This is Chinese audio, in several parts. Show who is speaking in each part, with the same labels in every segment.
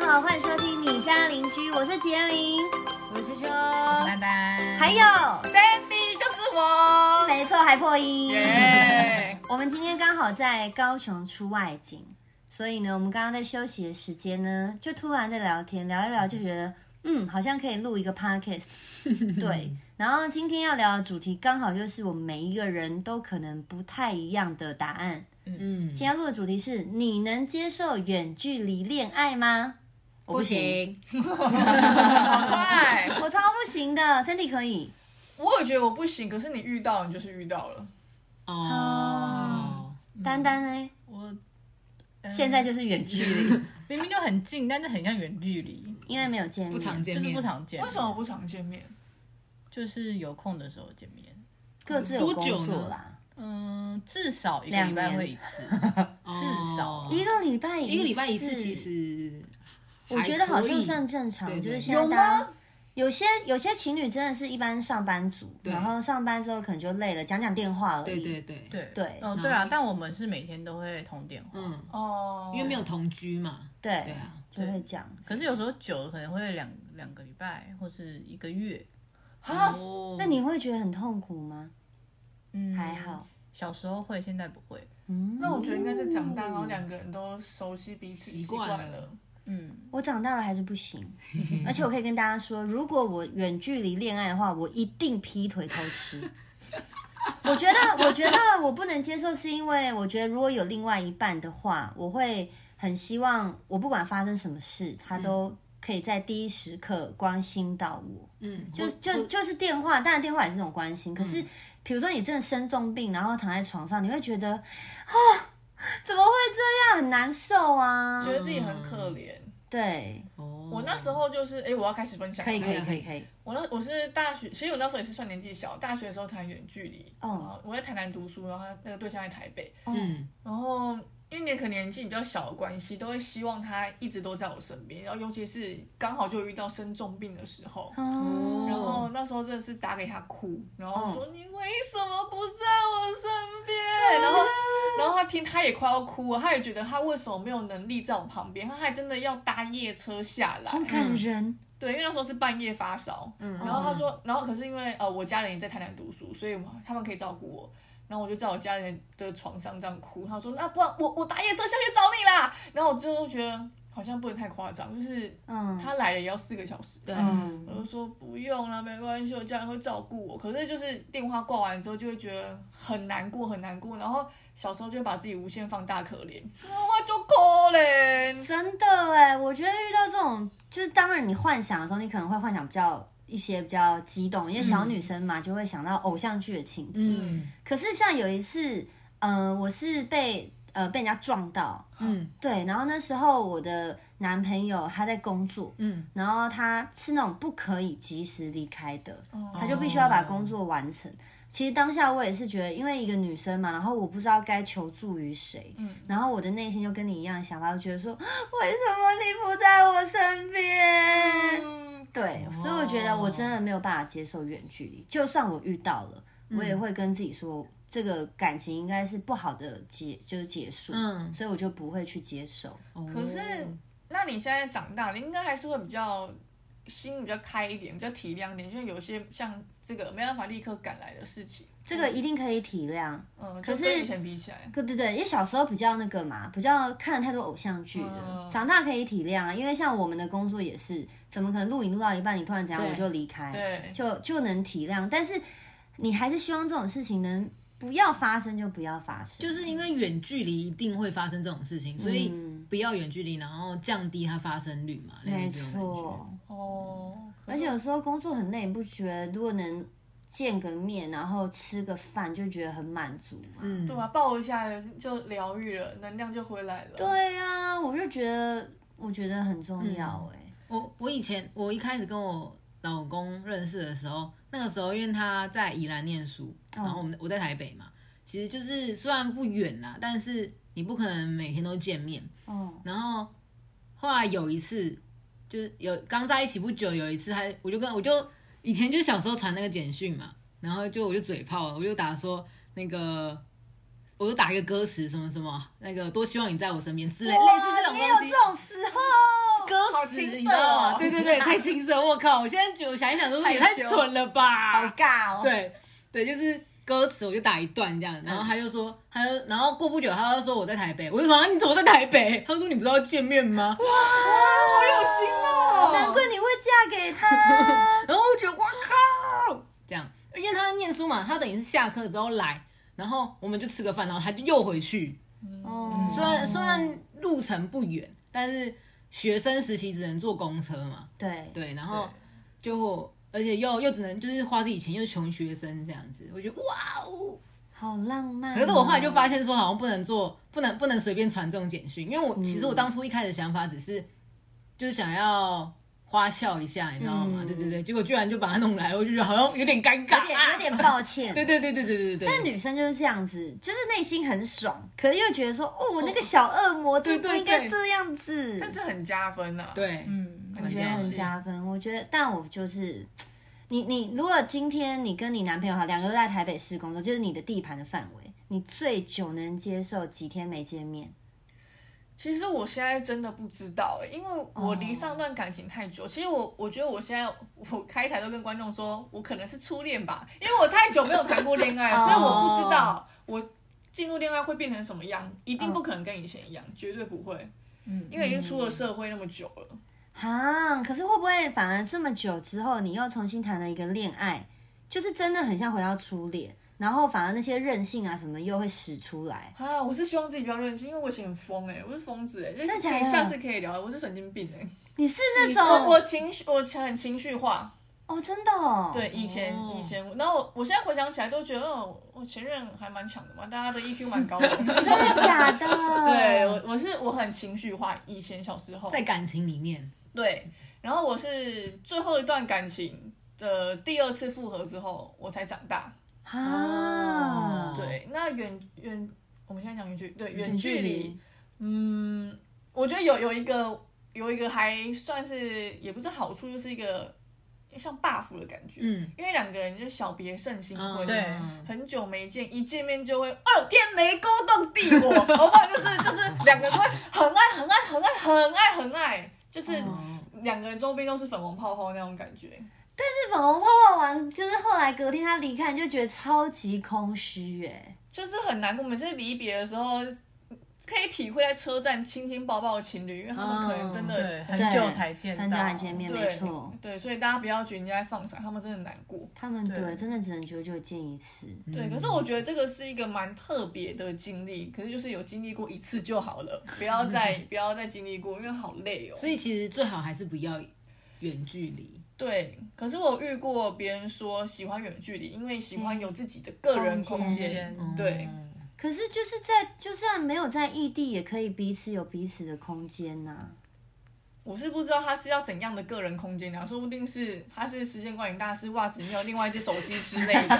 Speaker 1: 好，欢迎收听你家邻居，我是杰林，
Speaker 2: 我是秋秋，
Speaker 3: 拜拜。
Speaker 1: 还有，
Speaker 3: Sandy 就是我，
Speaker 1: 没错，还破音。
Speaker 3: 耶！
Speaker 1: 我们今天刚好在高雄出外景，所以呢，我们刚刚在休息的时间呢，就突然在聊天，聊一聊就觉得，嗯，好像可以录一个 podcast。对，然后今天要聊的主题刚好就是我们每一个人都可能不太一样的答案。
Speaker 2: 嗯，
Speaker 1: 今天要录的主题是：你能接受远距离恋爱吗？我不行，，
Speaker 3: 好快！
Speaker 1: 我超不行的。Sandy 可以，
Speaker 3: 我也觉得我不行，可是你遇到你就是遇到了。
Speaker 1: 哦
Speaker 2: 哦，
Speaker 1: 丹丹嗯呢？
Speaker 4: 我、呃
Speaker 1: 现在就是远距 离，
Speaker 4: 明明就很近，但是很像远距离，
Speaker 1: 因为没有见面，
Speaker 2: 不常
Speaker 4: 就
Speaker 2: 见
Speaker 4: 是
Speaker 2: 面，
Speaker 4: 不常见。
Speaker 3: 为什么？不常见面？
Speaker 4: 就是有空的时候见面。
Speaker 1: 各自有
Speaker 2: 多
Speaker 1: 工
Speaker 2: 久呢
Speaker 1: 作啦。
Speaker 4: 嗯，至少一个
Speaker 1: 两
Speaker 4: 礼拜
Speaker 1: 年
Speaker 4: 会一次，
Speaker 2: 哦
Speaker 4: 至少
Speaker 1: 一个礼拜
Speaker 2: 一个礼拜一次，其实
Speaker 1: 我觉得好像算正
Speaker 2: 还
Speaker 1: 常，
Speaker 2: 可以
Speaker 1: 就
Speaker 2: 对
Speaker 1: 是
Speaker 2: 对
Speaker 1: 现在大家有些有些情侣真的是一般上班族，
Speaker 2: 对
Speaker 1: 然后上班之后可能就累了，讲讲电话而
Speaker 2: 对
Speaker 1: 已。
Speaker 2: 对对，
Speaker 4: 对
Speaker 1: 对
Speaker 4: 哦对啊，但我们是每天都会通电话，
Speaker 2: 嗯，
Speaker 3: 嗯哦，
Speaker 2: 因为没有同居嘛，
Speaker 1: 对
Speaker 2: 对啊，
Speaker 1: 就会讲。
Speaker 4: 可是有时候久了可能会两两个礼拜或是一个月。
Speaker 3: 啊，
Speaker 2: 哦
Speaker 1: 那你会觉得很痛苦吗？
Speaker 4: 嗯，
Speaker 1: 还。好，
Speaker 4: 小时候会，现在不会。
Speaker 1: 嗯。
Speaker 3: 那我觉得应该是长大，然后两个人都熟悉彼此，习惯
Speaker 2: 习惯
Speaker 3: 了
Speaker 2: 了。
Speaker 4: 嗯，
Speaker 1: 我长大了还是不行，而且我可以跟大家说，如果我远距离恋爱的话，我一定劈腿偷吃。我觉得，我觉得我不能接受，是因为我觉得如果有另外一半的话，我会很希望我不管发生什么事，他都可以在第一时刻关心到我。
Speaker 2: 嗯，
Speaker 1: 就
Speaker 2: 我
Speaker 1: 就就是电话，当然电话也是一种关心。可是，比如说你真的生重病，然后躺在床上，你会觉得，哦，怎么会这样，很难受啊
Speaker 3: 嗯觉。得自己很可怜。
Speaker 2: 嗯
Speaker 1: 对，
Speaker 2: 哦
Speaker 3: 我那时候就是，哎、我要开始分享。
Speaker 1: 可以可以
Speaker 2: 啊
Speaker 1: 可以可以，
Speaker 3: 我那我是大学，其实我那时候也是算年纪小，大学的时候谈远距离。
Speaker 1: 哦
Speaker 3: 哦。我在台南读书，然后他那个对象在台北，
Speaker 2: 嗯
Speaker 3: 然后因为你可能年纪比较小的关系，都会希望他一直都在我身边，然后尤其是刚好就遇到生重病的时候。
Speaker 1: 哦，
Speaker 3: 然后那时候真的是打给他哭，然后说、你为什么不在我身边？然后， 然后他听他也快要哭了，他也觉得他为什么没有能力在我旁边，他还真的要搭夜车下来。
Speaker 1: 好感人，
Speaker 3: 对，因为那时候是半夜发烧，然后他说，然后可是因为呃我家人也在台南读书，所以我他们可以照顾我，然后我就在我家人的床上这样哭，他说那不然我我打夜车下去找你啦，然后我最后觉得好像不能太夸张，就是
Speaker 1: 嗯
Speaker 3: 他来了也要四个小时，
Speaker 2: 对
Speaker 1: 嗯
Speaker 3: 我就说不用啦，没关系，我家人会照顾我，可是就是电话挂完之后就会觉得很难过很难过，然后小时候就会把自己无限放大可怜，我就可怜，
Speaker 1: 真的哎，我觉得遇到这种，就是当然你幻想的时候，你可能会幻想比较一些比较激动，因为小女生嘛，就会想到偶像剧的情节。
Speaker 2: 嗯
Speaker 1: 可是像有一次，嗯，我是被呃被人家撞到，
Speaker 2: 嗯
Speaker 1: 对，然后那时候我的男朋友他在工作，
Speaker 2: 嗯，
Speaker 1: 然后他是那种不可以及时离开的，
Speaker 3: 嗯哦
Speaker 1: 他就必须要把工作完成。其实当下我也是觉得，因为一个女生嘛，然后我不知道该求助于谁，
Speaker 3: 嗯
Speaker 1: 然后我的内心就跟你一样的想法，我觉得说， 为什么你不在我身边？
Speaker 3: 嗯，
Speaker 1: 对，所以我觉得我真的没有办法接受远距离，就算我遇到了，
Speaker 3: 嗯
Speaker 1: 我也会跟自己说，这个感情应该是不好的结，就是结束，
Speaker 2: 嗯哦
Speaker 1: 所以我就不会去接受。
Speaker 3: 可是，那你现在长大了，应该还是会比较心比较开一点，比较体谅一点，就是有些像这个没办法立刻赶来的事情，
Speaker 1: 这个一定可以体谅，
Speaker 3: 嗯，
Speaker 1: 可
Speaker 3: 就是跟以前比起来，
Speaker 1: 对对对，因为小时候比较那个嘛，比较看了太多偶像剧了，
Speaker 3: 嗯
Speaker 1: 长大可以体谅啊。因为像我们的工作也是，怎么可能录影录到一半，你突然怎样
Speaker 2: 对
Speaker 1: 我就离开，
Speaker 3: 对，
Speaker 1: 哎就就能体谅。但是你还是希望这种事情能不要发生就不要发生，
Speaker 2: 就是因为远距离一定会发生这种事情，所以
Speaker 1: 嗯
Speaker 2: 不要远距离，然后降低它发生率嘛，类
Speaker 1: 没
Speaker 2: 似这种哎感觉
Speaker 1: 错。
Speaker 3: 哦，可
Speaker 1: 而
Speaker 3: 是
Speaker 1: 且有时候工作很累，你不觉得如果能见个面，然后吃个饭，就觉得很满足吗？
Speaker 2: 嗯，
Speaker 3: 对吧，啊抱一下就疗愈了，能量就回来了，
Speaker 1: 对呀、我就觉得我觉得很
Speaker 2: 嗯
Speaker 1: 重要哎、
Speaker 2: 我我以前我一开始跟我老公认识的时候，那个时候因为他在宜兰念书，然后我们我在台北嘛，其实就是虽然不远啦，但是你不可能每天都见面。
Speaker 1: 哦，
Speaker 2: 然后后来有一次，就是有刚在一起不久，有一次还我就跟我就以前就小时候传那个简讯嘛，然后就我就嘴炮了，我就打说那个。我就打一个歌词什么什么，那个多希望你在我身边之类，类似这
Speaker 1: 哇
Speaker 2: 种东
Speaker 1: 你也有
Speaker 2: 西
Speaker 1: 这。种时候。
Speaker 2: 歌
Speaker 3: 好
Speaker 2: 词，
Speaker 3: 青涩哦
Speaker 2: 你知道吗？对对对， 太青涩，我靠！我现在我想一想，说也太
Speaker 1: 害羞
Speaker 2: 蠢了吧，
Speaker 1: 好尬哦。
Speaker 2: 啊对对，就是歌词我就打一段这样，然后他就说，他就然后过不久他就说我在台北，我就说、啊、你怎么在台北？他说你不是要见面吗？
Speaker 3: 啊好有心哦，
Speaker 1: 难怪你会嫁给 他。
Speaker 2: 然后我觉得我靠，这样，因为他念书嘛，他等于是下课之后来，然后我们就吃个饭，然后他就又回去，
Speaker 1: 哦，
Speaker 2: 虽然虽然路程不远，但是学生时期只能坐公车嘛，
Speaker 1: 对，
Speaker 2: 对，然后就而且又又只能就是花自己钱，又是穷学生这样子，我觉得哇哦。
Speaker 1: 好浪漫哦。
Speaker 2: 可是我后来就发现说，好像不能做，不能不能随便传这种简讯，因为我、其
Speaker 1: 嗯
Speaker 2: 实我当初一开始想法只是就是想要花俏一下，你知道吗？
Speaker 1: 嗯
Speaker 2: 对对对，结果居然就把它弄来，我就觉得好像有点尴尬，
Speaker 1: 有 点有点抱歉。
Speaker 2: 啊对对对对对对对，
Speaker 1: 但女生就是这样子，就是内心很爽，可是又觉得说，哦，我那个小恶魔，这不
Speaker 2: 对对
Speaker 1: 应该
Speaker 2: 对
Speaker 1: 这样子。
Speaker 3: 但是很加分呐、啊。，
Speaker 2: 对，
Speaker 4: 嗯，
Speaker 1: 我
Speaker 2: 很
Speaker 1: 觉得很加分。我觉得，但我就是你，你如果今天你跟你男朋友好，两个都在台北市工作，就是你的地盘的范围，你最久能接受几天没见面？
Speaker 3: 其实我现在真的不知道、欸，因为我离上段感情太
Speaker 1: 哦
Speaker 3: 久。其实我我觉得我现在我开台都跟观众说，我可能是初恋吧，因为我太久没有谈过恋爱，
Speaker 1: 哦
Speaker 3: 所以我不知道我进入恋爱会变成什么样，一定不可能跟以前一样，绝对不会。
Speaker 4: 嗯
Speaker 3: 因为已经出了社会那么久了，
Speaker 1: 啊，可是会不会反而这么久之后，你又重新谈了一个恋爱，就是真的很像回到初恋，然后反而那些任性啊什么又会使出来？
Speaker 3: 啊，我是希望自己不要任性，因为我以前很疯哎、我是疯子哎、欸，就是
Speaker 1: 的假的
Speaker 3: 可以下次可以聊，我是神经病哎、
Speaker 1: 你是那
Speaker 3: 我
Speaker 1: 种
Speaker 3: 我情绪我很情绪化，
Speaker 1: 哦，真的哦，
Speaker 3: 对，以前、
Speaker 2: 哦
Speaker 3: 以前，然后我我现在回想起来都觉得，哦，我前任还蛮强的嘛，大家的 EQ 蛮高的。
Speaker 1: 真的假的？
Speaker 3: 对，
Speaker 1: 嗯
Speaker 3: 我我是我很情绪化，以前小时候
Speaker 2: 在感情里面，
Speaker 3: 对，然后我是最后一段感情的第二次复合之后，我才长大。
Speaker 1: 啊，
Speaker 3: 对，那远远我们现在讲远距，对哦远
Speaker 1: 远距
Speaker 3: 距离，
Speaker 1: 离，
Speaker 3: 嗯，我觉得有有一个有一个还算是也不是好处，就是一个像 buff 的感觉，
Speaker 2: 嗯，
Speaker 3: 因为两个人就小别胜新婚，
Speaker 2: 嗯
Speaker 4: 对
Speaker 3: 很久没见，一见面就会哦天雷勾动地火，好不好？就是就是两个人会很爱很爱很爱很爱很爱，就是
Speaker 2: 嗯
Speaker 3: 两个人周边都是粉红泡泡那种感觉。
Speaker 1: 日本红泡泡完，就是后来隔天他离开，你就觉得超级空虚哎。
Speaker 3: 就是很难过。我们是离别的时候，可以体会在车站亲亲抱抱的情侣，因为他们可能真的、
Speaker 4: 对，很久才见到，
Speaker 1: 很久才见面，
Speaker 3: 对
Speaker 1: 没错，
Speaker 3: 对，所以大家不要觉得人家在放闪，他们真的很难过。
Speaker 1: 他们
Speaker 4: 对
Speaker 1: 对真的只能久久见一次。
Speaker 3: 对，可是我觉得这个是一个蛮特别的经历，可是就是有经历过一次就好了，不要再不要再经历过，因为好累哦。
Speaker 2: 所以其实最好还是不要远距离，
Speaker 3: 对，可是我遇过别人说喜欢远距离，因为喜欢有自己的个人
Speaker 1: 空
Speaker 3: 空
Speaker 1: 间
Speaker 3: 间。
Speaker 2: 嗯
Speaker 3: 对，
Speaker 1: 可是就是在就算没有在异地，也可以彼此有彼此的空间呐、
Speaker 3: 我是不知道他是要怎样的个人空间啊，说不定是他是时间管理大师，袜子里面有另外一只手机之类的，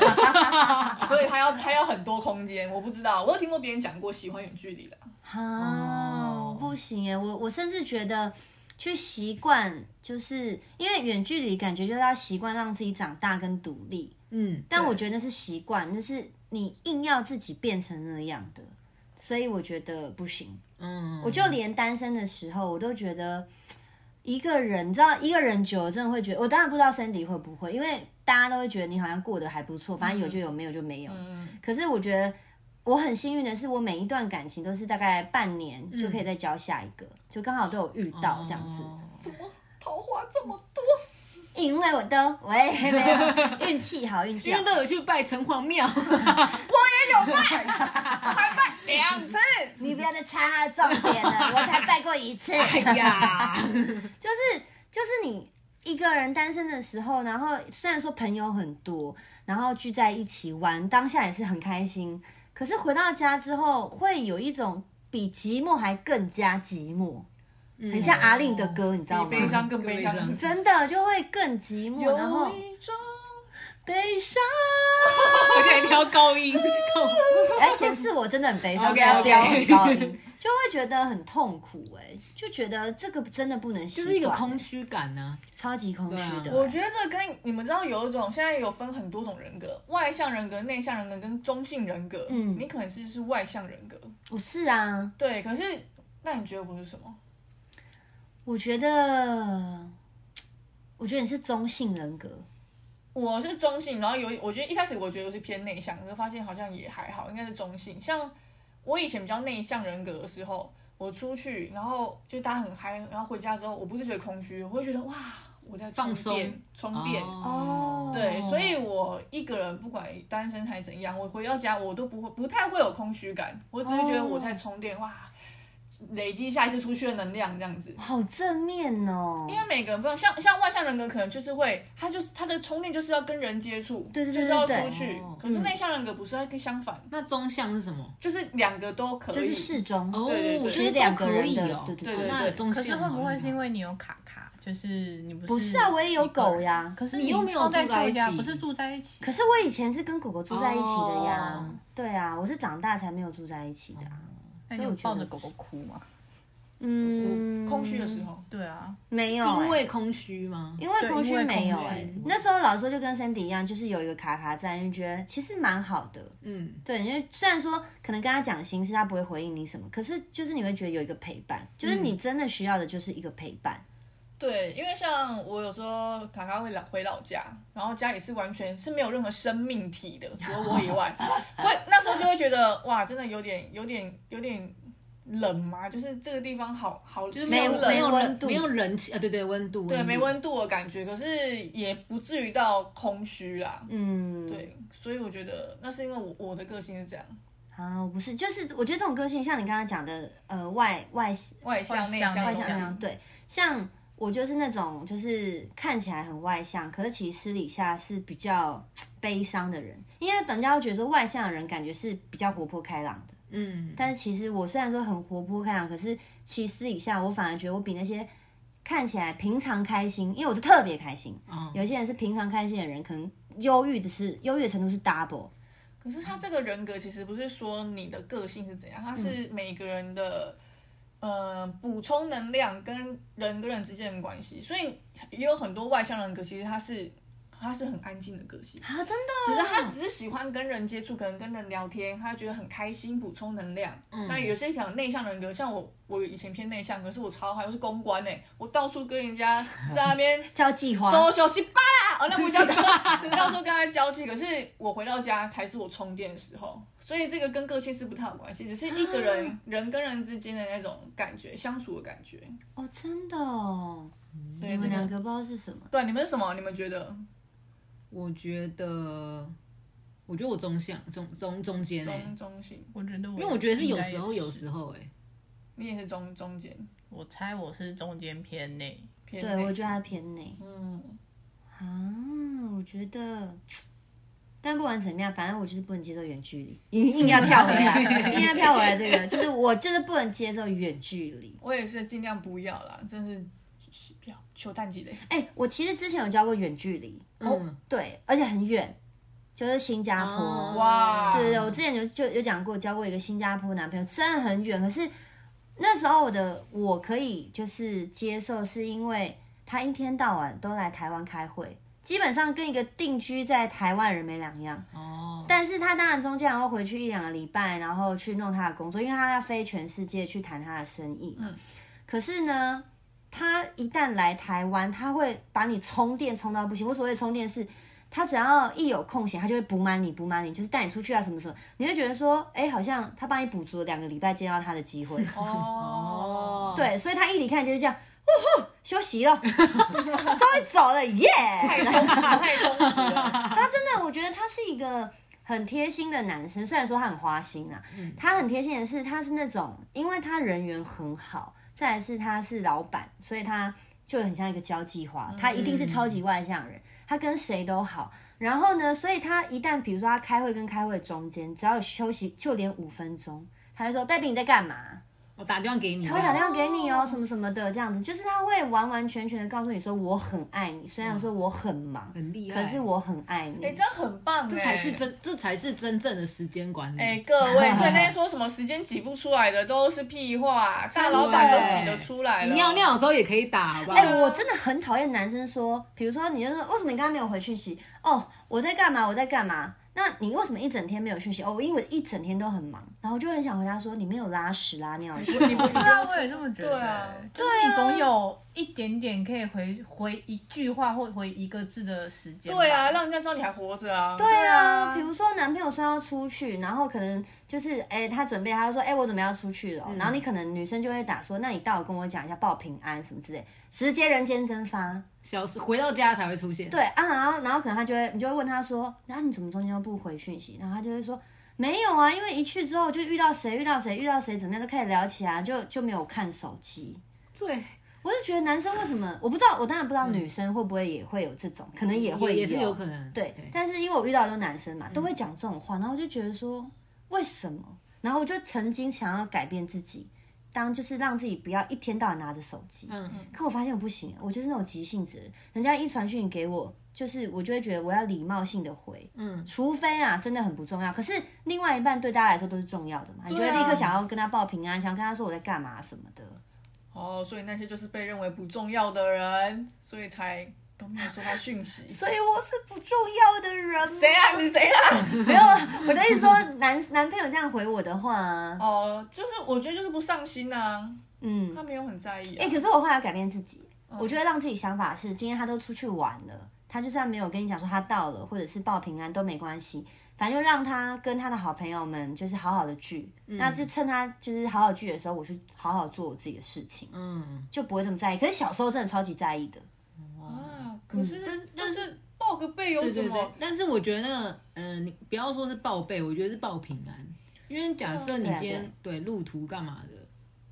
Speaker 3: 所以他要他要很多空间，我不知道，我有听过别人讲过喜欢远距离的，
Speaker 1: 哈、
Speaker 2: 哦
Speaker 1: 我不行哎，我我甚至觉得去习惯，就是因为远距离感觉就是要习惯让自己长大跟独立，
Speaker 2: 嗯，
Speaker 1: 但我觉得那是习惯，那是你硬要自己变成那样的，所以我觉得不行。
Speaker 2: 嗯，
Speaker 1: 我就连单身的时候，我都觉得一个人，你知道，一个人久了真的会觉得，我当然不知道 Cindy 会不会，因为大家都会觉得你好像过得还不错，反正有就有，没有就没有。
Speaker 3: 嗯，
Speaker 1: 可是我觉得我很幸运的是，我每一段感情都是大概半年就可以再交下一个，就刚好都有遇到这样子。
Speaker 2: 嗯哦
Speaker 3: 怎么桃花这么多？
Speaker 1: 因为我都喂没有运气好，运气
Speaker 2: 因
Speaker 1: 好
Speaker 2: 为。都有去拜城 隍庙，
Speaker 3: 两次，
Speaker 1: 你不要再插重点了，我才拜过一次。
Speaker 2: 哎呀，
Speaker 1: 就是就是你一个人单身的时候，然后虽然说朋友很多，然后聚在一起玩，当下也是很开心。可是回到家之后，会有一种比寂寞还更加寂寞，很像阿令的歌，你知道
Speaker 3: 嗯比
Speaker 1: 吗？
Speaker 3: 悲伤 更悲伤
Speaker 2: 嗯更悲，伤
Speaker 1: 真的就会更寂寞，然后
Speaker 3: 有一种
Speaker 1: 悲伤。
Speaker 2: 而且还挑高音，高音
Speaker 1: 哎，显示我真的很悲伤，
Speaker 2: OK，
Speaker 1: 这样飙
Speaker 2: OK
Speaker 1: 很高音，就会觉得很痛苦、哎，就觉得这个真的不能习
Speaker 2: 就
Speaker 1: 惯，
Speaker 2: 是一个空虚感啊呢、
Speaker 1: 超级空虚的、
Speaker 2: 对啊
Speaker 3: 我觉得这跟你们知道有一种现在有分很多种人格，外向人格、内向人格跟中性人格，
Speaker 1: 嗯
Speaker 3: 你可能是是外向人格，
Speaker 1: 哦我是啊，
Speaker 3: 对，可是那你觉得我是什么？
Speaker 1: 我觉得，我觉得你是中性人格，
Speaker 3: 我是中性，然后有我觉得一开始我觉得我是偏内向，可是发现好像也还好，应该是中性。像我以前比较内向人格的时候，我出去，然后就大家很嗨，然后回家之后，我不是觉得空虚，我会觉得哇，我在充
Speaker 2: 放松
Speaker 3: 电充电。
Speaker 1: 哦
Speaker 3: 对，所以我一个人不管单身还怎样，我回到家我都不会不太会有空虚感，我只是觉得我在充电，哇，累积下一次出去的能量这样子。
Speaker 1: 好正面哦。
Speaker 3: 因为每个人不一样，像像外向人格可能就是会，他就是他的充电就是要跟人接触，
Speaker 1: 对对对
Speaker 3: 就是要
Speaker 1: 对嗯
Speaker 3: 出
Speaker 1: 对
Speaker 3: 去。
Speaker 2: 哦
Speaker 3: 可是内向人格不是，他跟相反，
Speaker 2: 那中向是什么？
Speaker 3: 就是两个都可以。
Speaker 1: 就是适中
Speaker 2: 哦，
Speaker 3: 对对对
Speaker 2: 我
Speaker 1: 其实
Speaker 2: 觉得
Speaker 1: 两
Speaker 2: 都
Speaker 1: 个
Speaker 2: 可
Speaker 1: 人
Speaker 2: 以
Speaker 1: 的
Speaker 2: 哦。
Speaker 1: 对对
Speaker 3: 对对
Speaker 2: 那
Speaker 3: 对
Speaker 2: 中
Speaker 4: 可
Speaker 2: 性
Speaker 4: 是会不会是因
Speaker 2: 为
Speaker 4: 为你有卡卡？就是你不是
Speaker 1: 不是啊我也有狗呀
Speaker 4: 可是
Speaker 2: 你又没有
Speaker 4: 住在
Speaker 2: 住在一起
Speaker 4: 家不是住在一起。啊
Speaker 1: 可是我以前是跟狗狗住在一起的呀，
Speaker 2: 哦
Speaker 1: 对啊，我是长大才没有住在一起的啊、所
Speaker 4: 那你
Speaker 1: 以
Speaker 4: 有
Speaker 1: 我觉
Speaker 4: 抱
Speaker 1: 得
Speaker 4: 着狗狗哭吗？
Speaker 1: 嗯，
Speaker 3: 空虚的时候，
Speaker 4: 对啊，
Speaker 1: 没有、
Speaker 2: 哦因
Speaker 1: 欸
Speaker 2: 为空虚吗？
Speaker 1: 因为空虚没有
Speaker 4: 对因为
Speaker 1: 哎、
Speaker 4: 空虚
Speaker 1: 那时候老实说就跟 Cindy 一样，就是有一个卡卡在，就觉得其实蛮好的。
Speaker 2: 嗯，
Speaker 1: 对，因为虽然说可能跟他讲心事，他不会回应你什么，可是就是你会觉得有一个陪伴，就是你真的需要的就是一个陪伴。
Speaker 3: 对，因为像我有时候卡卡会老回老家，然后家里是完全是没有任何生命体的，除了我以外，会那时候就会觉得哇，真的有点有点有点冷嘛，就是这个地方好好
Speaker 2: 就是
Speaker 1: 没
Speaker 2: 没
Speaker 1: 有没
Speaker 3: 冷
Speaker 2: 有没有
Speaker 1: 温
Speaker 2: 人
Speaker 1: 度
Speaker 2: 没有人气啊，对对，温度
Speaker 3: 对没
Speaker 2: 温
Speaker 3: 温度的感觉，可是也不至于到空虚啦。
Speaker 1: 嗯，
Speaker 3: 对，所以我觉得那是因为我我的个性是这样，
Speaker 1: 啊，我不是，就是我觉得这种个性，像你刚刚讲的，呃，外外
Speaker 3: 外向内
Speaker 4: 外向
Speaker 3: 向
Speaker 1: 外
Speaker 4: 内
Speaker 1: 向
Speaker 4: 向
Speaker 1: 相对，像我就是那种就是看起来很外向，可是其实私底下是比较悲伤的人，因为等家会觉得说外向的人感觉是比较活泼开朗的，
Speaker 2: 嗯，
Speaker 1: 但是其实我虽然说很活泼开朗，可是其实私底下我反而觉得我比那些看起来平常开心，因为我是特别开心，
Speaker 2: 哦
Speaker 1: 有些人是平常开心的人，可能忧郁的是忧郁的程度是 double，
Speaker 3: 可是他这个人格其实不是说你的个性是怎样，他是每个人的，呃，补充能量跟人跟人之间的关系。所以也有很多外向人格，其实他是他是很安静的个性，
Speaker 1: 啊，真的
Speaker 3: 只是他只是喜欢跟人接触，可能跟人聊天，他觉得很开心，补充能量。那有些可能内向人格，像我，我以前偏内向，可是我超好，我是公关哎、我到处跟人家在那边
Speaker 1: 叫计划，
Speaker 3: 收休息吧啦，哦，那不叫到时候跟他交际。可是我回到家才是我充电的时候，所以这个跟个性是不太有关系，只是一个人、人跟人之间的那种感觉，相处的感觉。
Speaker 1: 哦，真的哦，
Speaker 3: 对，
Speaker 1: 你
Speaker 3: 这
Speaker 1: 们两
Speaker 3: 个
Speaker 1: 个不知道是什么，
Speaker 3: 对，你们是什么？你们觉得
Speaker 2: 我觉得，我觉得我中向中中中间哎、
Speaker 3: 中中性？
Speaker 4: 我觉得我
Speaker 2: 因为我觉得是有时
Speaker 4: 应该
Speaker 2: 候
Speaker 4: 也是
Speaker 2: 有时候哎、
Speaker 3: 你也是中中间
Speaker 4: 我猜我是中间偏内，
Speaker 3: 偏
Speaker 1: 对我
Speaker 3: 内。
Speaker 1: 觉得他偏内。
Speaker 3: 嗯，
Speaker 1: 啊，我觉得，但不管怎么样，反正我就是不能接受远距离，硬硬要跳回 来，硬要跳回来这个，就是我就是不能接受远距离。
Speaker 3: 我也是尽量不要啦，真是不要求淡季嘞。
Speaker 1: 哎、我其实之前有教过远距离，哦
Speaker 2: 嗯，
Speaker 1: 对，而且很远，就是新加坡。
Speaker 2: 哦
Speaker 3: 哇
Speaker 1: 对对对，我之前有就有讲过，交过一个新加坡男朋友，真的很远。可是那时候我的我可以就是接受，是因为他一天到晚都来台湾开会，基本上跟一个定居在台湾的人没两样。
Speaker 2: 哦，
Speaker 1: 但是他当然中间还会回去一两个礼拜，然后去弄他的工作，因为他要飞全世界去谈他的生意嘛。
Speaker 3: 嗯
Speaker 1: 可是呢，他一旦来台湾，他会把你充电充到不行。我所谓的充电是，他只要一有空闲，他就会补满你，补满你，就是带你出去啊什么什么，你会觉得说，哎、好像他帮你补足了两个礼拜见到他的机 会。
Speaker 3: 哦，
Speaker 1: 对，所以他一离开你就是这样，呼呼，休息 了，终于走了，耶、
Speaker 3: 太充实，太充实了。
Speaker 1: 他真的，我觉得他是一个很贴心的男生。虽然说他很花心啊，他很贴心的是，他是那种，因为他人缘很好，再来是他是老板，所以他就很像一个交际花，他一定是超级外向人，他跟谁都好。然后呢，所以他一旦比如说他开会跟开会中间，只要有休息，就连五分钟，他就说：“baby 你在干嘛？”
Speaker 2: 我打电话给你，
Speaker 1: 他会打电话给你哦，什么什么的，这样子，就是他会完完全全的告诉你说：“我很爱你，虽然说我很忙，
Speaker 2: 很厉害，
Speaker 1: 可是我很爱你。”
Speaker 3: 哎、这样很棒、欸，
Speaker 2: 这才是真，这才是真正的时间管理。
Speaker 3: 哎、各位，所以那些说什么时间挤不出来的都是屁话，大老板都挤得出来
Speaker 2: 哎你
Speaker 3: 了。
Speaker 2: 尿尿的时候也可以打，好不
Speaker 1: 哎、
Speaker 2: 好？
Speaker 4: 嗯
Speaker 1: 我真的很讨厌男生说，比如说你就说为什么你刚刚没有回讯息？哦，我在干嘛？我在干嘛？那你为什么一整天没有讯息？哦，因为我一整天都很忙，然后就很想回答说你没有拉屎拉尿。
Speaker 3: 你不你不
Speaker 4: 对啊，我也这么觉得。
Speaker 3: 对啊，
Speaker 4: 就是你总有一点点可以回回一句话或回一个字的时间吧。
Speaker 3: 对啊，让人家知道你还活着啊。
Speaker 1: 对啊，
Speaker 4: 啊
Speaker 1: 比如说男朋友说要出去，然后可能就是哎、他准备，他就说哎、我准备要出去了哦、
Speaker 4: 嗯
Speaker 1: 然后你可能女生就会打说，那你到跟我讲一下报平安什么之类，直接人间蒸发。
Speaker 2: 消失回到家才会出现。
Speaker 1: 对啊，然后然后可能他就会，你就会问他说，那、你怎么中间都不回讯息？然后他就会说。没有啊，因为一去之后就遇到谁遇到谁遇到谁怎么样都开始聊起来，就就没有看手机。
Speaker 2: 对，
Speaker 1: 我是觉得男生为什么我不知道，我当然不知道女生会不会也会有这种，可能也会
Speaker 2: 嗯也是有可能。
Speaker 1: 对，嗯但是因为我遇到的都男生嘛，都会讲这种话，然后我就觉得说为什么？然后我就曾经想要改变自己，当就是让自己不要一天到晚拿着手机。
Speaker 2: 嗯，
Speaker 1: 可我发现我不行，我就是那种急性子的人，人家一传讯给我，就是我就会觉得我要礼貌性的回，嗯，除非啊真的很不重要，可是另外一半对大家来说都是重要的嘛，你就会
Speaker 3: 对啊
Speaker 1: 立刻想要跟他报平安，想要跟他说我在干嘛什么的。
Speaker 3: 哦，所以那些就是被认为不重要的人，所以才都没有收到讯息。
Speaker 1: 所以我是不重要的人吗，
Speaker 3: 谁啦？你谁啦？
Speaker 1: 没有啊，我的意思说男男朋友这样回我的话啊，
Speaker 3: 哦，就是我觉得就是不上心啊，
Speaker 1: 嗯，
Speaker 3: 他没有很在意、啊。
Speaker 1: 哎、可是我后来改变自己，
Speaker 2: 嗯
Speaker 1: 我觉得让自己想法是，今天他都出去玩了，他就算没有跟你讲说他到了，或者是报平安都没关系，反正就让他跟他的好朋友们就是好好的聚，
Speaker 2: 嗯
Speaker 1: 那就趁他就是好好聚的时候，我去好好做我自己的事情，
Speaker 2: 嗯，
Speaker 1: 就不会这么在意。可是小时候真的超级在意的，
Speaker 3: 啊，可是就是报个备有
Speaker 2: 对
Speaker 3: 什
Speaker 2: 对对
Speaker 3: 么？。
Speaker 2: 但是我觉得那个，嗯，你不要说是报备，我觉得是报平安。因为假设你
Speaker 1: 对啊
Speaker 2: 今天对路途干嘛的，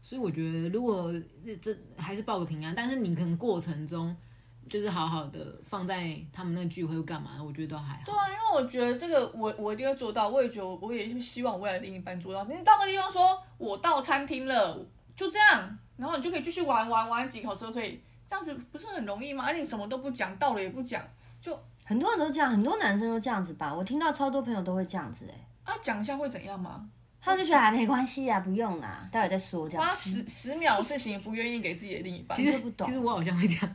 Speaker 2: 所以我觉得如果这还是报个平安，但是你可能过程中就是好好的放在他们那个聚会又干嘛，我觉得都还好
Speaker 3: 对。啊，因为我觉得这个我我一定会做到，我也觉得我也希望我未来的另一半做到。你到个地方说我到餐厅了，就这样，然后你就可以继续玩玩玩几口车，可以这样子不是很容易吗？啊而、且你什么都不讲，到了也不讲，就
Speaker 1: 很多人都这样，很多男生都这样子吧，我听到超多朋友都会这样子、欸，哎，
Speaker 3: 啊讲一下会怎样吗？
Speaker 1: 他们就觉得还没关系啊，不用啦，待会再说这样
Speaker 3: 花。十十秒的事情不愿意给自己的另一半，
Speaker 1: 其实不懂
Speaker 2: 其实我好像会这样，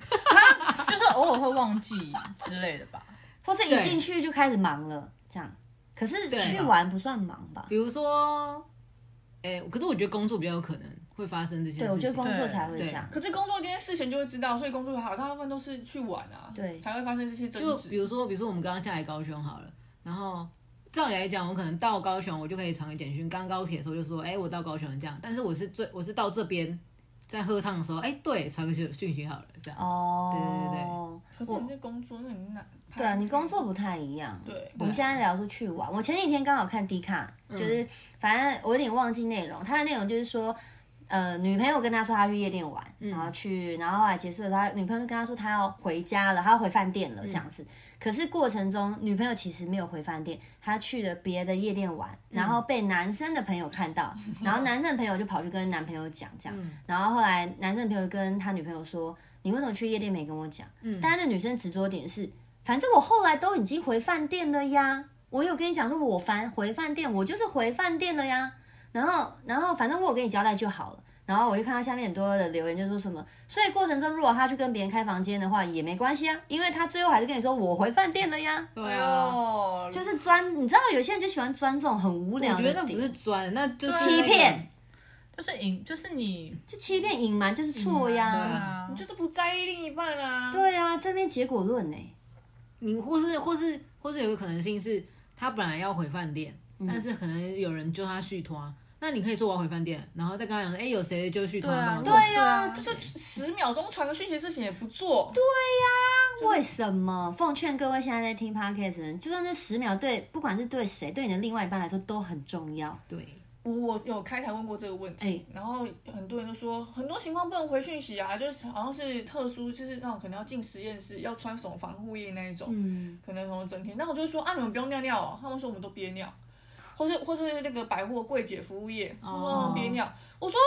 Speaker 4: 就是偶尔会忘记之类的吧。
Speaker 1: 或是一
Speaker 2: 对
Speaker 1: 进去就开始忙了，这样。可是
Speaker 2: 对
Speaker 1: 去玩不算忙吧？
Speaker 2: 比如说，哎、可是我觉得工作比较有可能会发生这些事情。
Speaker 1: 对，我觉得工作
Speaker 4: 对
Speaker 1: 才会这
Speaker 2: 对
Speaker 1: 样。
Speaker 3: 可是工作这件事情就会知道，所以工作好，大部分都是去玩啊，
Speaker 1: 对
Speaker 3: 才会发生这些
Speaker 2: 就
Speaker 3: 争
Speaker 2: 比
Speaker 3: 执。
Speaker 2: 如说，比如说我们刚刚下来高雄好了，然后照理来讲，我可能到高雄，我就可以传个简讯。刚高铁的时候就说，哎、我到高雄了这样。但是我是最我是到这边在喝汤的时候，哎、对，传个讯讯息好了这样。
Speaker 1: 哦，
Speaker 3: 可是你这工作，那你那
Speaker 1: 对啊，你工作不太一样。
Speaker 3: 对啊
Speaker 1: 我们现在聊说去玩。我前几天刚好看 D 卡，就是反正我有点忘记内容，它的内容就是说。呃，女朋友跟他说他去夜店玩，然后去，然后后来结束的时候，他女朋友就跟他说他要回家了，他要回饭店了这样子。可是过程中，女朋友其实没有回饭店，她去了别的夜店玩，然后被男生的朋友看到，然后男生的朋友就跑去跟男朋友讲这样，
Speaker 2: 嗯
Speaker 1: 然后后来男生的朋友跟他女朋友说，你为什么去夜店没跟我讲？嗯，但是那女生执着点是，反正我后来都已经回饭店了呀，我有跟你讲说我烦回饭店，我就是回饭店了呀。然后，然后反正我有跟你交代就好了。然后我就看到下面很多的留言，就说什么，所以过程中如果他去跟别人开房间的话也没关系啊，因为他最后还是跟你说我回饭店了呀。
Speaker 2: 对
Speaker 3: 哎
Speaker 2: 啊，
Speaker 1: 哦
Speaker 3: 呦，就
Speaker 1: 就是钻，你知道有些人就喜欢钻这种很无
Speaker 2: 我
Speaker 1: 聊
Speaker 2: 觉
Speaker 1: 的
Speaker 2: 得那不是
Speaker 1: 点，
Speaker 2: 专，那就是
Speaker 1: 欺骗，
Speaker 4: 就是隐，就是你
Speaker 1: 就欺骗隐瞒就是错
Speaker 2: 对
Speaker 1: 呀。
Speaker 2: 啊
Speaker 3: 你就是不在意另一半啊。
Speaker 1: 对呀、这边结果论呢、
Speaker 2: 你或是或是或是有个可能性是，他本来要回饭店，但是可能有人揪他续拖。那你可以说我要回饭店，然后再跟他讲说，哎、有谁揪续拖吗？
Speaker 4: 对
Speaker 1: 对呀、
Speaker 4: 啊
Speaker 3: 哎就是十秒钟传个讯息的事情也不做，
Speaker 1: 为什么？奉劝各位现在在听 podcast 的人，就算那十秒对，不管是对谁，对你的另外一半来说都很重要。
Speaker 2: 对，
Speaker 3: 我我有开台问过这个问题，
Speaker 1: 哎
Speaker 3: 然后很多人就说很多情况不能回讯息啊，就是好像是特殊，就是那种可能要进实验室，要穿什么防护衣那一种，
Speaker 1: 嗯，
Speaker 3: 可能什么整天。那我就说啊，你们不用尿尿哦，他们说我们都憋尿，或是或是那个百货柜姐服务业，他们说
Speaker 2: 哦
Speaker 3: 憋尿，我说。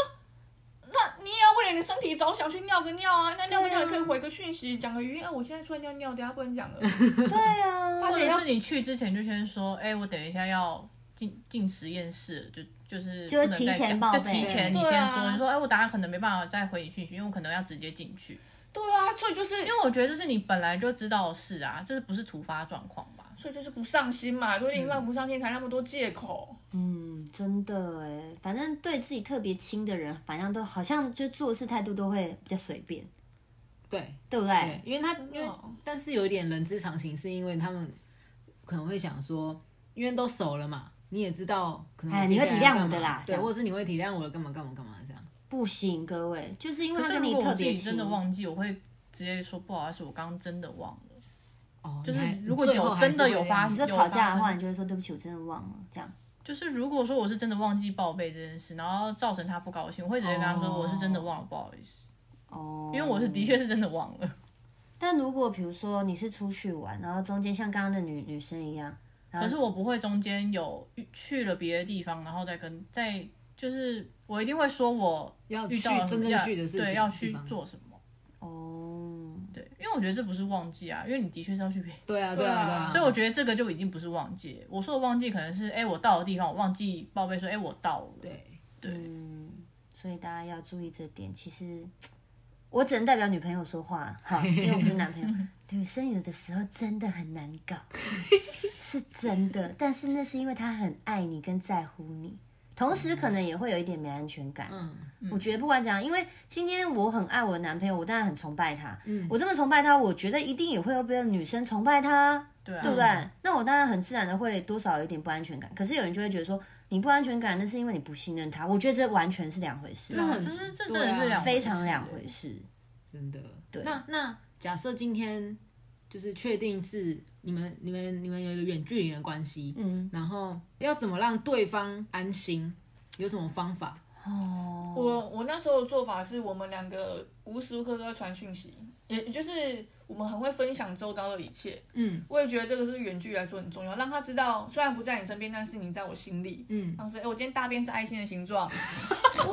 Speaker 3: 那你也要为了你的身体着想去尿个尿啊，那尿个尿也可以回个讯息，讲个语音。哎、我现在出来尿尿，等下不能讲了。
Speaker 1: 对呀、
Speaker 3: 而
Speaker 4: 或
Speaker 3: 且
Speaker 4: 者
Speaker 3: 要
Speaker 4: 是你去之前就先说，哎、我等一下要进进实验室，就就是
Speaker 1: 就是
Speaker 4: 不能再
Speaker 1: 提前
Speaker 4: 讲
Speaker 1: 报
Speaker 4: 就
Speaker 1: 备
Speaker 4: 提前你
Speaker 3: 对
Speaker 4: 先
Speaker 3: 啊
Speaker 4: 说，你说哎、我等下可能没办法再回你讯息，因为我可能要直接进去。
Speaker 3: 对啊，所以就是
Speaker 4: 因为我觉得这是你本来就知道的事啊，这是不是突发状况吧？
Speaker 3: 所以就是不上心嘛，对另一半
Speaker 2: 嗯
Speaker 3: 不上心才那么多借口。
Speaker 1: 嗯，真的哎，反正对自己特别亲的人，反正都好像就做事态度都会比较随便，
Speaker 2: 对
Speaker 1: 对不对？
Speaker 2: 对，因为他因为
Speaker 3: 哦
Speaker 2: 但是有一点人之常情，是因为他们可能会想说，因为都熟了嘛，你也知道可能
Speaker 1: 哎
Speaker 2: 接
Speaker 1: 你会
Speaker 2: 下来
Speaker 1: 体谅
Speaker 2: 要干
Speaker 1: 我的
Speaker 2: 嘛
Speaker 1: 啦这
Speaker 2: 对，
Speaker 1: 样
Speaker 2: 或者是你会体谅我的干嘛干嘛干嘛这样。
Speaker 1: 不行，各位，就是因为
Speaker 4: 可
Speaker 1: 他
Speaker 4: 是
Speaker 1: 跟
Speaker 4: 如
Speaker 1: 你
Speaker 4: 果我
Speaker 1: 特
Speaker 4: 自
Speaker 1: 别
Speaker 4: 己
Speaker 1: 亲，
Speaker 4: 真的忘记，我会直接说不好意思，我刚刚真的忘了。
Speaker 2: 哦，
Speaker 4: 就是
Speaker 2: 你还
Speaker 4: 如果
Speaker 2: 最
Speaker 4: 有
Speaker 2: 后还
Speaker 4: 真的
Speaker 2: 是
Speaker 4: 有
Speaker 2: 会
Speaker 4: 发
Speaker 1: 你
Speaker 4: 生
Speaker 1: 说吵架的话，你就会说对不起，我真的忘了这样。
Speaker 4: 就是如果说我是真的忘记报备这件事，然后造成他不高兴，我会直接跟他说
Speaker 2: 哦
Speaker 4: 我是真的忘了，不好意思，
Speaker 1: 哦，
Speaker 4: 因为我是的确是真的忘了。
Speaker 1: 但如果比如说你是出去玩，然后中间像刚刚的女女生一样，然
Speaker 4: 可
Speaker 1: 后
Speaker 4: 是我不会中间有去了别的地方，然后再跟再就是我一定会说我
Speaker 2: 要
Speaker 4: 遇
Speaker 2: 去
Speaker 4: 到了什
Speaker 2: 真
Speaker 4: 么
Speaker 2: 正
Speaker 4: 样
Speaker 2: 去的事情，
Speaker 4: 对，要去
Speaker 2: 地方
Speaker 4: 做什么。
Speaker 1: 哦，
Speaker 4: 对，因为我觉得这不是忘记啊，因为你的确是要去别的
Speaker 2: 对啊，
Speaker 3: 对
Speaker 2: 对
Speaker 3: 啊
Speaker 2: 啊，对啊。
Speaker 4: 所以我觉得这个就已经不是忘记。我说的忘记可能是，哎、我到的地方我忘记报备说，哎、我到了。
Speaker 2: 对，
Speaker 1: 嗯，所以大家要注意这点。其实我只能代表女朋友说话，哈，因为我不是男朋友。女生有的时候真的很难搞，是真的。但是那是因为她很爱你跟在乎你，同时可能也会有一点没安全感。
Speaker 2: 嗯，
Speaker 1: 我觉得不管怎样，因为今天我很爱我的男朋友，我当然很崇拜他。我这么崇拜他，我觉得一定也会有别的女生崇拜他，
Speaker 4: 对啊
Speaker 1: 对不对？那我当然很自然的会多少有一点不安全感。可是有人就会觉得说，你不安全感，那是因为你不信任他。我觉得这完全是两回事，
Speaker 2: 很
Speaker 4: 就是这真
Speaker 2: 对
Speaker 4: 的
Speaker 2: 啊
Speaker 4: 是两、
Speaker 1: 非常
Speaker 4: 欸
Speaker 1: 两回。事。
Speaker 2: 真的。对，那那假设今天就是确定是你们你们你们有一个远距离的关系，嗯，然后要怎么让对方安心？有什么方法？
Speaker 1: 哦，
Speaker 3: 我我那时候的做法是我们两个无时无刻都在传讯息，也也就是我们很会分享周遭的一切。
Speaker 2: 嗯，
Speaker 3: 我也觉得这个是远距离来说很重要，让他知道虽然不在你身边，但是你在我心里。
Speaker 2: 嗯
Speaker 3: 当时哎，我今天大便是爱心的形状，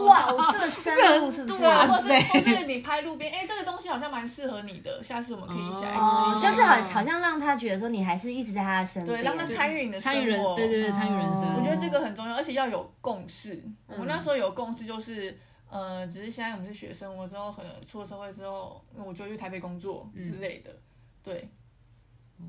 Speaker 1: 哇，我这么深入是不是？
Speaker 3: 对啊，或
Speaker 1: 哦
Speaker 3: 是或是你拍路边，哎，这个东西好像蛮适合你的，下次我们可以一起来吃一
Speaker 1: 哦就
Speaker 3: 下。
Speaker 1: 是好好像让他觉得说你还是一直在他的身边，
Speaker 3: 哦对，让他参与你的生
Speaker 2: 参与人，
Speaker 3: 活，
Speaker 2: 对对对，参与人生。哦
Speaker 3: 我觉得这个很重要，而且要有共识。
Speaker 2: 嗯
Speaker 3: 我们那时候有共识，就是呃，只是现在我们是学生，我之后可能出了社会之后，我就去台北工作
Speaker 2: 嗯
Speaker 3: 之类的，对。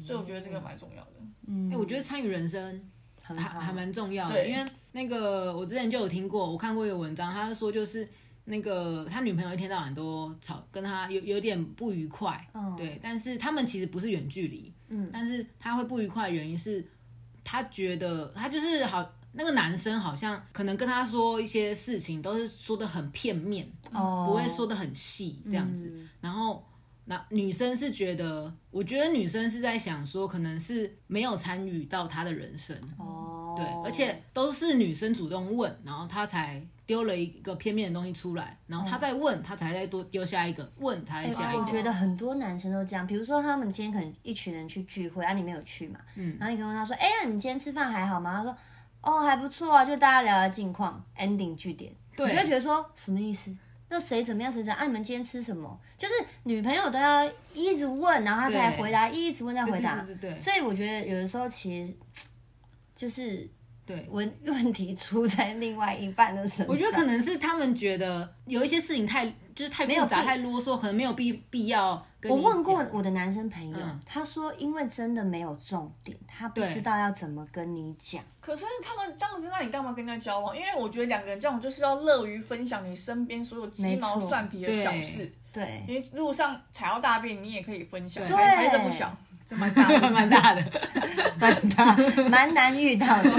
Speaker 3: 所以我觉得这个蛮重要的。
Speaker 2: 哎、我觉得参与人生
Speaker 1: 很
Speaker 2: 还
Speaker 1: 好，
Speaker 2: 还蛮重要的，
Speaker 3: 对
Speaker 2: 因为那个我之前就有听过，我看过一个文章，他是说就是那个他女朋友一天到晚都吵，跟他有有点不愉快，
Speaker 1: 嗯
Speaker 2: 对，但是他们其实不是远距离，
Speaker 1: 嗯，
Speaker 2: 但是他会不愉快的原因是，他觉得他就是好那个男生好像可能跟他说一些事情都是说的很片面，
Speaker 1: 哦，嗯
Speaker 2: 不会说的很细这样子。然后那女生是觉得，我觉得女生是在想说，可能是没有参与到他的人生，
Speaker 1: 哦，
Speaker 2: 对，而且都是女生主动问，然后他才丢了一个片面的东西出来，然后他再问，他才再多丢下一个，问才再下一
Speaker 1: 我
Speaker 2: 个。
Speaker 1: 哎哦觉得很多男生都这样，比如说他们今天可能一群人去聚会，啊，你没有去嘛，
Speaker 2: 嗯
Speaker 1: 然后你可以问他说，哎、呀，你今天吃饭还好吗？他说，哦，还不错啊，就大家聊聊近况，ending 据点，
Speaker 2: 对
Speaker 1: 你就会觉得说什么意思？那谁怎么样，谁怎么样？啊，你们今天吃什么？就是女朋友都要一直问，然后他才
Speaker 2: 对
Speaker 1: 回答，一直问再
Speaker 2: 对
Speaker 1: 回答，
Speaker 2: 对对对对
Speaker 1: 所以我觉得有的时候其实就是
Speaker 2: 对。
Speaker 1: 问 问题出在另外一半的身上，
Speaker 2: 我觉得可能是他们觉得有一些事情太就是太复杂、
Speaker 1: 必
Speaker 2: 太啰嗦，可能没有必必要跟
Speaker 1: 我
Speaker 2: 你
Speaker 1: 问过
Speaker 2: 讲
Speaker 1: 我的男生朋友，
Speaker 2: 嗯
Speaker 1: 他说因为真的没有重点，他不
Speaker 2: 对
Speaker 1: 知道要怎么跟你讲。
Speaker 3: 可是他们这样子，那你干嘛跟人家交往？因为我觉得两个人交往就是要乐于分享你身边所有鸡毛
Speaker 1: 没错
Speaker 3: 蒜皮的小事。
Speaker 1: 对，
Speaker 3: 你路上踩到大便，你也可以分享，
Speaker 2: 对
Speaker 3: 还还真不小，这蛮大的。
Speaker 2: 蛮大的。
Speaker 1: 蛮难蛮难遇到的。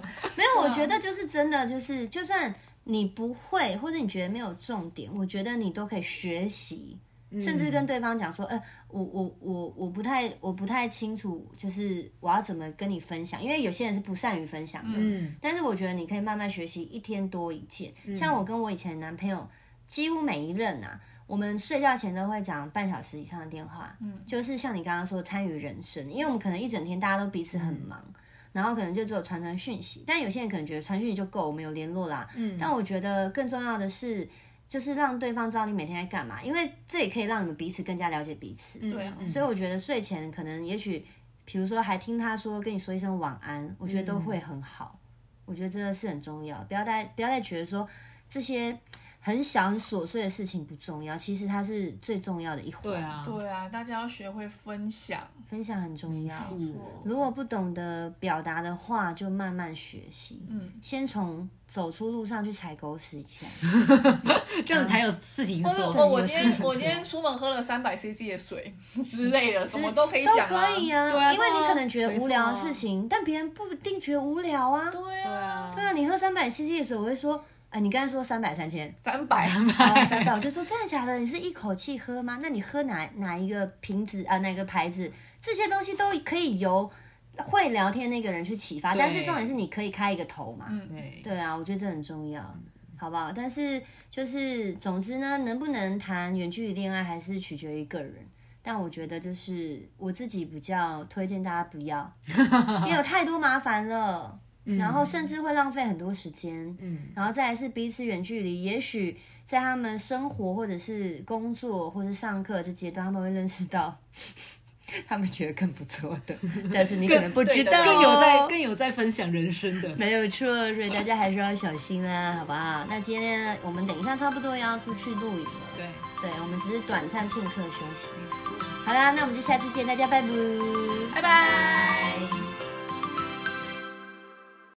Speaker 1: 没有，我
Speaker 2: 啊
Speaker 1: 觉得就是真的，就是就算你不会，或者你觉得没有重点，我觉得你都可以学习。
Speaker 2: 嗯
Speaker 1: 甚至跟对方讲说，呃，我我我我不太我不太清楚，就是我要怎么跟你分享，因为有些人是不善于分享的，
Speaker 2: 嗯，
Speaker 1: 但是我觉得你可以慢慢学习，一天多一件。像我跟我以前的男朋友，几乎每一任啊，我们睡觉前都会讲半小时以上的电话，嗯，就是像你刚刚说参与人生，因为我们可能一整天大家都彼此很忙。然后可能就只有传传讯息，但有些人可能觉得传讯息就够，我们有联络啦。嗯，但我觉得更重要的是，就是让对方知道你每天在干嘛，因为这也可以让你们彼此更加了解彼此。嗯，
Speaker 3: 对啊，
Speaker 1: 所以我觉得睡前可能也许，比如说还听他说跟你说一声晚安，我觉得都会很好。我觉得真的是很重要，不要再不要再觉得说这些很小很琐碎的事情不重要，其实它是最重要的一环。
Speaker 2: 对啊，
Speaker 3: 对啊，大家要学会分享，
Speaker 1: 分享很重要。
Speaker 2: 错
Speaker 1: 如果不懂得表达的话，就慢慢学习。嗯，先从走出路上去踩狗屎一下。
Speaker 2: 这样子才有事情
Speaker 3: 或者
Speaker 2: 说。
Speaker 3: 我哦我
Speaker 1: 有
Speaker 3: 今
Speaker 1: 事情
Speaker 3: 天我
Speaker 1: 说
Speaker 3: 今天出门喝了三百 CC 的水之类的，什么都可以
Speaker 1: 都
Speaker 3: 讲啊。
Speaker 1: 可以啊，
Speaker 2: 对啊
Speaker 1: 因为你
Speaker 2: 对啊
Speaker 1: 可能觉得
Speaker 2: 没错
Speaker 1: 无聊的
Speaker 2: 啊
Speaker 1: 事情，但别人不一定觉得无聊啊。
Speaker 3: 对
Speaker 2: 对
Speaker 3: 啊，
Speaker 2: 啊
Speaker 1: 对，啊，你喝三百 CC 的时候，我会说，哎，你刚才说三百三千，哦
Speaker 3: 三百
Speaker 1: 三百，我就说真的假的？你是一口气喝吗？那你喝哪哪一个瓶子啊、哪个牌子？这些东西都可以由会聊天那个人去启发，
Speaker 2: 对
Speaker 1: 但是重点是你可以开一个头嘛。
Speaker 3: 嗯
Speaker 2: 对，
Speaker 1: 对啊，我觉得这很重要，
Speaker 2: 嗯
Speaker 1: 好不好？但是就是总之呢，能不能谈远距离恋爱还是取决于个人。但我觉得就是我自己比较推荐大家不要，因为有太多麻烦 了，
Speaker 2: 嗯
Speaker 1: 然后甚至会浪费很多时间。嗯，然后再来是彼此远距离，也许在他们生活或者是工作或是上课这阶段，他们会认识到 他们觉得更不错的，但是你可能不知
Speaker 3: 对的
Speaker 1: 道哦、
Speaker 2: 更有在更有在分享人生的。
Speaker 1: 没有错，所以大家还是要小心啦，好不好？那今天呢，我们等一下差不多要出去露营了，
Speaker 2: 对，
Speaker 1: 对，我们只是短暂片刻休息。好啦，那我们就下次见，大家拜拜。
Speaker 3: 拜拜。